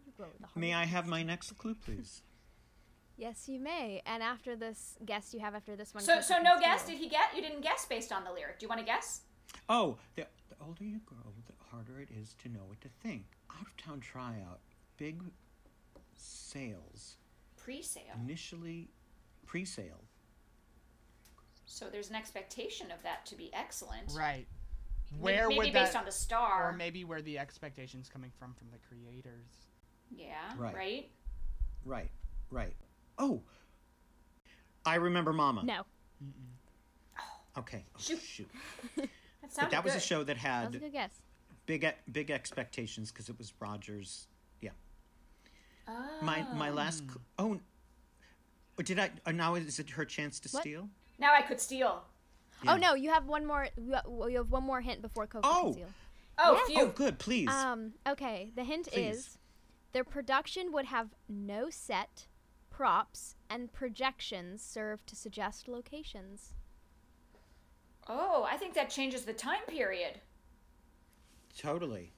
B: You grow, the harder
D: may I
B: it
D: have
B: is
D: my
B: to-
D: next clue, please?
B: Yes, you may. And after this guess you have after this one.
C: So,
B: question
C: so no
B: comes
C: guess
B: through.
C: did he get? You didn't guess based on the lyric. Do you want to guess?
D: Oh, the, the older you grow, the harder it is to know what to think. Out of town tryout, big sales,
C: Pre-sale.
D: initially pre sale.
C: So there's an expectation of that to be excellent.
A: Right.
C: May-
A: Where
C: maybe
A: would
C: based
A: that,
C: on the star.
A: or maybe where the expectations coming from from the creators?
C: yeah.
D: Right.
C: Right.
D: Right, right. Oh, I remember Mama.
B: No.
D: Okay. Oh, shoot.
C: Shoot. That sounds
D: But that
C: good.
D: was a show that
B: That was a
D: had
B: good guess.
D: big e- big expectations because it was Rogers. Yeah.
C: Oh.
D: My
B: Ah.
D: my last. c- Oh, n- oh, did I? uh, Now is it her chance to
B: What?
D: steal?
C: Now I could steal.
B: Oh
D: Yeah.
B: no, you have one more. You have one more hint before Coco
D: Oh!
B: can steal.
C: Oh,
D: Oh,
C: phew.
D: good. Please.
B: Um. Okay. The hint
D: Please.
B: is, their production would have no set, props, and projections serve to suggest locations.
C: Oh, I think that changes the time period.
D: totally.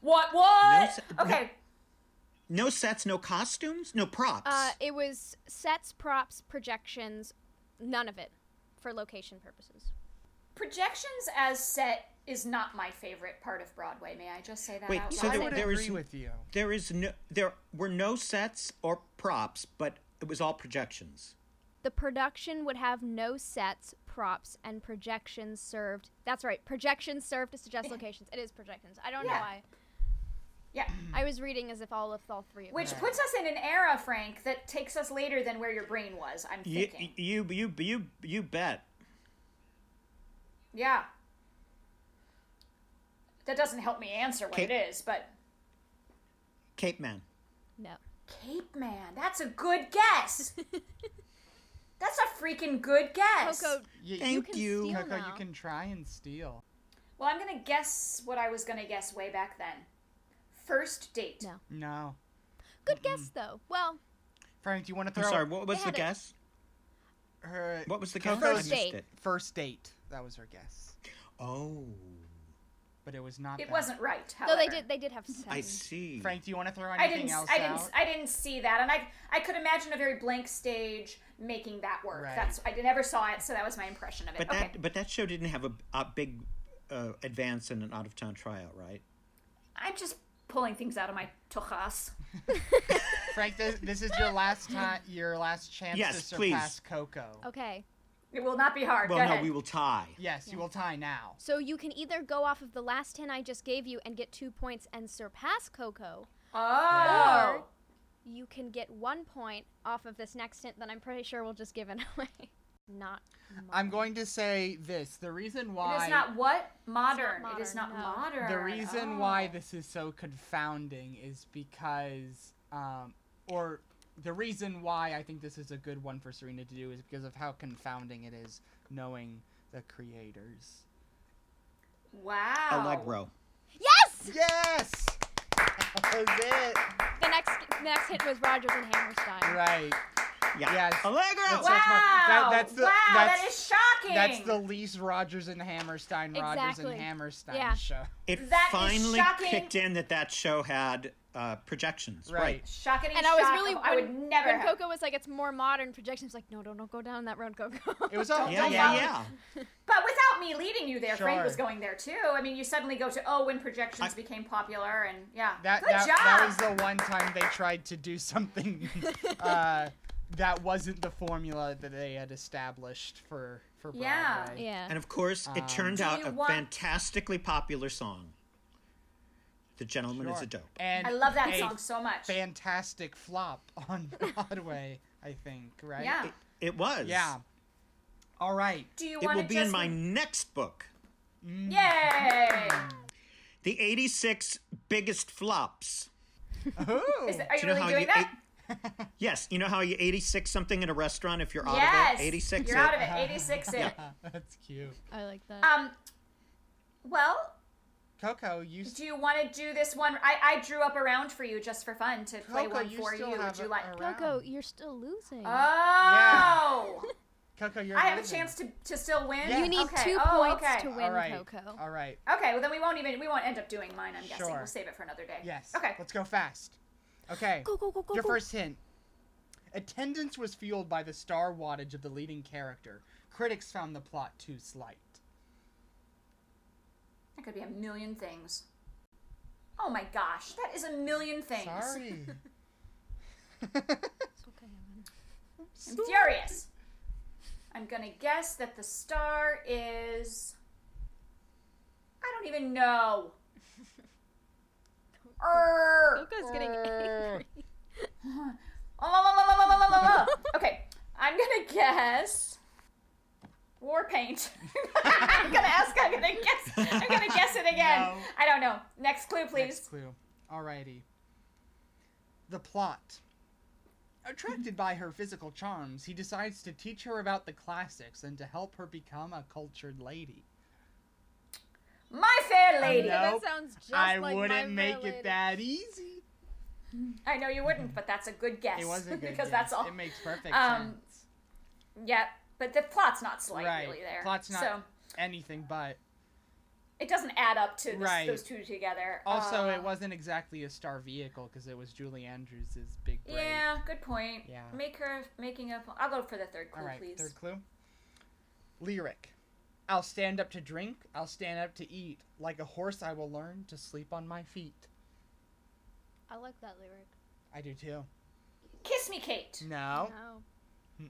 C: What? What?
D: s-
C: okay.
D: No sets, no costumes, no props.
B: Uh, it was sets, props, projections, none of it, for location purposes.
C: Projections as set is not my favorite part of Broadway. May I just say that
D: Wait,
C: out
D: so
C: loud?
D: there-
A: I would
D: there
A: agree
D: is-
A: with you.
D: there is no, there were no sets or props, but it was all projections.
B: The production would have no sets, props, and projections served. That's right, projections served to suggest locations. It is projections. I don't know
C: Yeah.
B: why.
C: yeah.
B: I was reading as if all of all three of
C: Which
B: them.
C: puts us in an era, Frank, that takes us later than where your brain was. I'm
D: You,
C: thinking.
D: you, you, you, you bet.
C: yeah. That doesn't help me answer what
D: Kate-
C: it is, but
D: Cape Man.
B: No.
C: Cape Man. That's a good guess. That's a freaking good guess.
B: Coco,
A: You,
D: Thank
B: can
D: you.
B: steal
A: Coco, you
B: now.
A: can try and steal.
C: Well, I'm gonna guess what I was gonna guess way back then. First date.
B: No.
A: No.
B: good guess though. Well,
A: Frank, do you want to
D: I'm
A: throw
D: sorry. What was
B: They
D: the
B: had a-
D: guess?
A: her
D: What was the guess?
A: Coco's
D: I
B: First
D: missed
B: date.
D: it.
A: first date? That was her guess,
D: Oh,
A: but it was not.
C: It
A: that.
C: wasn't right. However.
B: though they did they did have seven.
D: I see.
A: Frank, do you want to throw
C: I
A: anything
C: didn't.
A: else
C: I
A: out?
C: didn't. I didn't see that, and I. I could imagine a very blank stage making that work.
A: Right.
C: That's. I never saw it, so that was my impression of it.
D: but
C: okay.
D: that, but that show didn't have a, a big uh, advance in an out of town tryout, right?
C: I'm just pulling things out of my tuchas.
A: Frank, this, this is your last time. Your last chance to
D: Yes, please.
A: surpass Coco.
B: Okay.
C: It will not be hard.
D: Well,
C: Go
D: no,
C: ahead.
D: we will tie.
A: Yes, you will tie now.
B: So you can either go off of the last 10 I just gave you and get 2 points and surpass Coco.
C: Oh.
B: Or- You can get 1 point off of this next hint that I'm pretty sure we'll just give it away. Not
A: I'm going to say this. The reason why
C: It is not what modern. It is not
B: modern, no.
C: modern.
A: the reason why
C: Oh.
A: this is so confounding is because um or the reason why I think this is a good one for Serena to do is because of how confounding it is knowing the creators.
C: Wow.
D: Allegro.
B: Yes!
A: Yes. That
B: The next the next hit was Rogers and
A: was it.
B: Hammerstein.
A: Right.
D: Yeah.
A: Yes.
D: Allegro.
A: That's
C: Wow.
A: so smart. That- that's the-
C: wow. that
A: that's-
C: is shocking.
A: That's the least Rogers and Hammerstein Rogers
B: Exactly.
A: and Hammerstein
B: Yeah.
A: show.
D: It
C: That is
D: finally
C: shocking.
D: kicked in that that show had uh, projections. Right.
A: Right.
C: shocking.
B: And I was really
C: I would
B: when-
C: never
B: when
C: have.
B: Coco was like it's more modern projections like no, don't, don't go down that road, Coco.
A: It was all
D: Yeah,
C: Don't
D: yeah,
C: follow-
D: yeah.
C: But without me leading you there, Frank
A: Sure.
C: was going there too. I mean, you suddenly go to oh when projections
D: I-
C: became popular and yeah.
A: That
C: Good
A: that,
C: job.
A: that was the one time they tried to do something uh, that wasn't the formula that they had established for for Broadway.
C: Yeah.
B: yeah.
D: And of course, it turned
C: Um, Do
D: out
C: you
D: a
C: want-
D: fantastically popular song. The Gentleman is
A: Sure.
D: a Dope.
A: And
C: I love that
A: a
C: song so much.
A: Fantastic flop on Broadway, I think, right?
C: yeah.
D: It was.
A: Yeah. All right.
C: Do you
D: It
C: want
D: will
C: to
D: be
C: just
D: in my next book.
C: Yay!
D: The 86 biggest flops.
A: Ooh.
C: Is that- are you,
D: know
C: really
D: how
C: doing
D: you
C: that?
D: ate- yes, you know how you 86 something in a restaurant if you're out
C: yes.
D: of it? 86
C: You're out of it. 86 it.
A: Uh, That's cute.
B: I like that.
C: Um well,
A: Coco, you s-
C: do you want to do this one? I, I drew up around for you just for fun to play
A: Coco,
C: one
A: you
C: for
A: still
C: you. Would
A: have
C: you
A: a-
C: like?
A: a round.
B: Coco, you're still losing.
C: Oh!
A: Coco, you're
C: I have a
A: losing.
C: chance to, to still win.
A: Yeah.
B: you need
C: okay.
B: 2
C: oh,
B: points
C: okay.
B: to win,
A: All right.
B: Coco.
A: All right.
C: Okay, well then we won't even we won't end up doing mine. I'm guessing
A: Sure.
C: we'll save it for another day.
A: Yes.
C: Okay.
A: Let's go fast. Okay.
B: Go go go go.
G: Your
B: go.
G: first hint. Attendance was fueled by the star wattage of the leading character. Critics found the plot too slight.
C: That could be a million things. Oh my gosh, that is a million things.
G: Sorry.
B: It's okay, I'm in.
C: I'm furious. I'm gonna guess that the star is. I don't even know. Err.
B: Luca's getting angry.
C: Oh, la, la, la, la, la, la, la, la. Okay, I'm gonna guess. War paint. I'm gonna ask. I'm gonna guess. I'm gonna guess it again.
A: No.
C: I don't know. Next clue, please.
A: Next clue. Alrighty.
G: the plot.
A: Attracted by her physical charms, he decides to teach her about the classics and to help her become a cultured lady.
C: My
A: Oh,
C: fair lady.
G: No.
B: That
G: Nope.
B: sounds just
G: I
B: like My Fair
G: wouldn't make
B: Lady.
G: it that easy.
C: I know you wouldn't, but that's a good guess.
A: It wasn't good
C: because
A: guess.
C: that's all.
A: It makes perfect
C: Um,
A: sense.
C: yeah, but the plot's not slight
A: Right.
C: really there.
A: Plot's not-
C: So
A: Anything but.
C: it doesn't add up to this,
A: Right.
C: those two together.
A: Also,
C: Uh,
A: it wasn't exactly a star vehicle because it was Julie Andrews' big break.
C: Yeah, good point.
A: Yeah.
C: Make her making a. I'll go for the third clue,
A: All right.
C: please.
A: Third clue. Lyric. I'll stand up to drink. I'll stand up to eat. Like a horse, I will learn to sleep on my feet.
B: I like that lyric.
A: I do too.
C: Kiss me, Kate.
A: No.
B: No.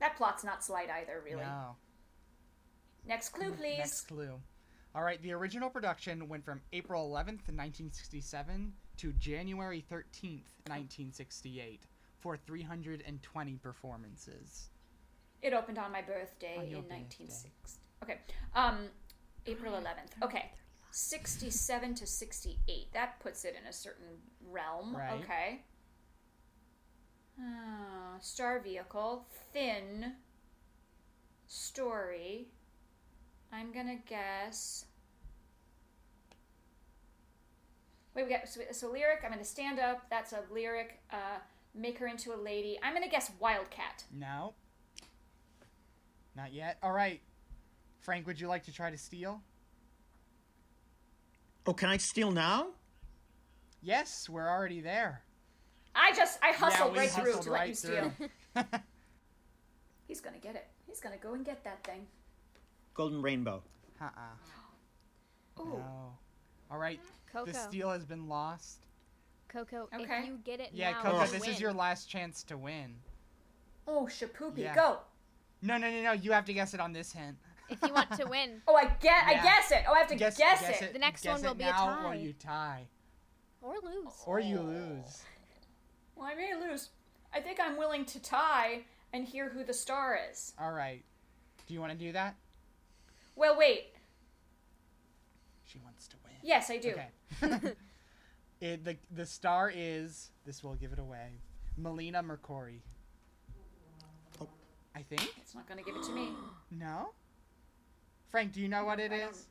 C: That plot's not slight either, really.
A: No.
C: Next clue, please.
A: Next clue. All right. The original production went from April 11th, 1967, to January 13th, 1968, for 320 performances.
C: It opened on my birthday
A: On
C: in
A: your
C: 1960. Okay. Um, April 11th. Okay. 67 to 68. That puts it in a certain realm.
A: Right.
C: Okay. Uh, star vehicle, thin story. I'm going to guess. Wait, we got so, so lyric. I'm going to stand up. That's a lyric. Uh, make her into a lady. I'm going to guess Wildcat.
A: No. Not yet. All right. Frank, would you like to try to steal?
D: Oh, can I steal now?
A: Yes, we're already there.
C: I just I hustled
A: we
C: right through
A: hustled
C: to let you
A: right
C: steal.
A: through.
C: He's gonna get it. He's gonna go and get that thing.
D: Golden Rainbow.
A: Uh-uh.
C: Ooh.
A: No. All right.
B: Coco.
A: The steal has been lost.
B: Coco,
C: Okay.
B: if you get it
A: Yeah,
B: now,
A: Coco,
B: you
A: this
B: win.
A: is your last chance to win.
C: Oh, Shapoopy,
A: Yeah.
C: go.
A: No, no, no, no. You have to guess it on this hint.
B: If you want to win.
C: Oh, I get I
A: Yeah.
C: guess it. Oh, I have to guess, it.
B: The next
A: guess
B: one will
A: it
B: be a
A: now Or
B: tie.
A: you tie.
B: Or lose.
A: Or you lose.
C: Well, I may lose. I think I'm willing to tie and hear who the star is.
A: All right. Do you want to do that?
C: Well, wait.
A: She wants to win.
C: Yes, I do.
A: Okay. it, the, the star is, this will give it away, Melina Mercouri.
D: Oh.
A: I think?
C: It's not gonna give it to me.
A: No? Frank, do you know what it
C: I don't-
A: is?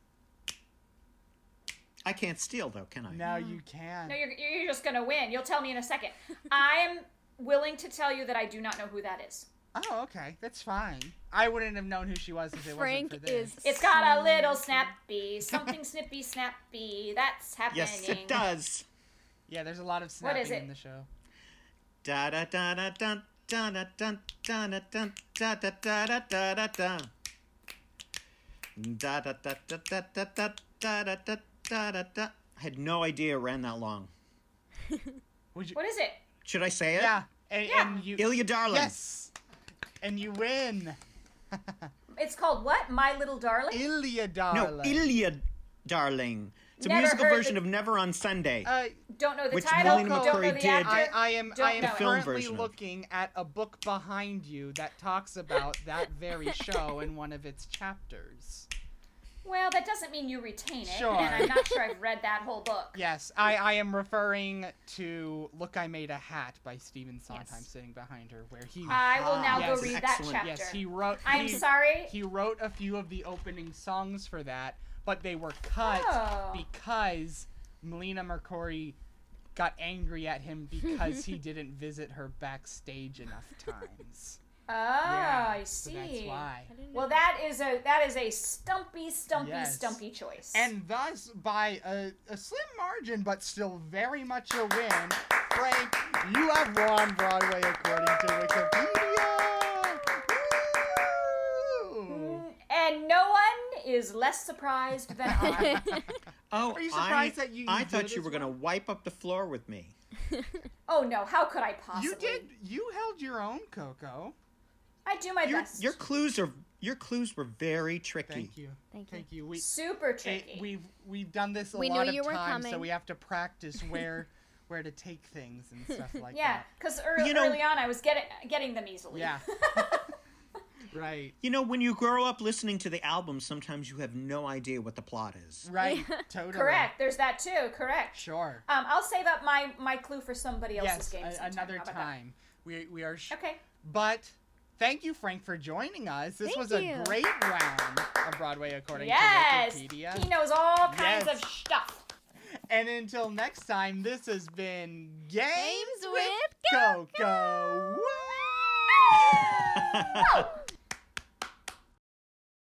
D: I can't steal though, can I?
A: No, you can.
C: No, you're you're just gonna win. You'll tell me in a second. I'm willing to tell you that I do not know who that is.
A: Oh, okay. That's fine. I wouldn't have known who she was if it
B: Frank
A: wasn't for this.
B: is.
C: It's got a little snappy,
B: sneaky.
C: something snippy, snappy. That's happening.
D: Yes, it does.
A: Yeah, there's a lot of
C: What
A: snapping
C: is it?
A: in the show.
D: Da da da da da da da da da da da da da da da da da da. Da da da da da da da da da da da da da. I had no idea it ran that long.
A: Would you?
C: What is it?
D: Should I say it?
A: Yeah. And,
C: Yeah.
A: and you.
D: Ilya Darling.
A: Yes. And you win,
C: It's called what? My Little Darling?
A: Ilya
D: No,
A: darling.
D: Ilya Darling. It's a
C: Never
D: musical
C: heard the- Oh,
D: version of Never on Sunday.
A: Uh,
C: Don't know the
D: Which
C: title.
D: Melina
C: Don't know
D: McCurry
C: the
D: did.
C: actor.
A: I, I am.
C: Don't
A: I am
C: know it.
D: Film
A: currently
D: version of it.
A: looking at a book behind you that talks about that very show in one of its chapters.
C: Well, that doesn't mean you retain it.
A: Sure.
C: And I'm not sure I've read that whole book.
A: Yes, I, I am referring to "Look, I Made a Hat" by Stephen Sondheim,
B: Yes.
A: sitting behind her, where he.
C: I will now
A: Ah, Yes.
C: go read that
D: Excellent.
C: chapter.
A: Yes, he wrote.
C: Uh, I'm
A: he-
C: sorry.
A: He wrote a few of the opening songs for that, but they were cut
C: Oh.
A: because Melina Mercouri got angry at him because he didn't visit her backstage enough times.
C: Oh,
B: Ah,
F: Yeah,
C: I
F: so
C: see.
F: that's why.
B: I didn't
C: Well,
B: know
C: that is a that is a stumpy, stumpy,
F: Yes.
C: stumpy choice.
A: And thus, by a, a slim margin, but still very much a win, Frank, you have won Broadway according to Wikipedia. Woo!
C: Mm, And no one is less surprised than I.
D: Oh,
A: Are you
D: I,
A: surprised that you
D: I
A: did
D: thought you
A: as
D: were going to wipe up the floor with me.
C: oh no, how could I possibly?
A: You did. You held your own, Coco.
C: I do my
D: Your,
C: best.
D: your clues are your clues were very tricky.
A: Thank you.
B: Thank you.
A: Thank you. We
C: super
A: it,
C: tricky.
A: we've we've done this a
B: We knew
A: lot
B: you
A: of
B: were
A: times, so
B: coming.
A: we have to practice where where to take things and stuff like
C: yeah, because early,
D: You know-
C: early on I was getting getting them
A: that.
C: easily.
A: Yeah. right.
D: You know, when you grow up listening to the album, sometimes you have no idea what the plot is.
A: Right. Totally.
C: Correct. There's that too. Correct.
A: Sure.
C: Um, I'll save up my my clue for somebody
A: yes.
C: else's game.
A: a-
C: sometime.
A: another
C: How about that?
A: time. We we are. Sh-
C: Okay.
A: But thank you, Frank, for joining us. This
B: Thank
A: was
B: you.
A: a great round of Broadway according
C: Yes.
A: to Wikipedia.
C: He knows all kinds
A: Yes.
C: of stuff.
A: And until next time, this has been Games,
B: with
A: Coco. Woo!
C: Oh.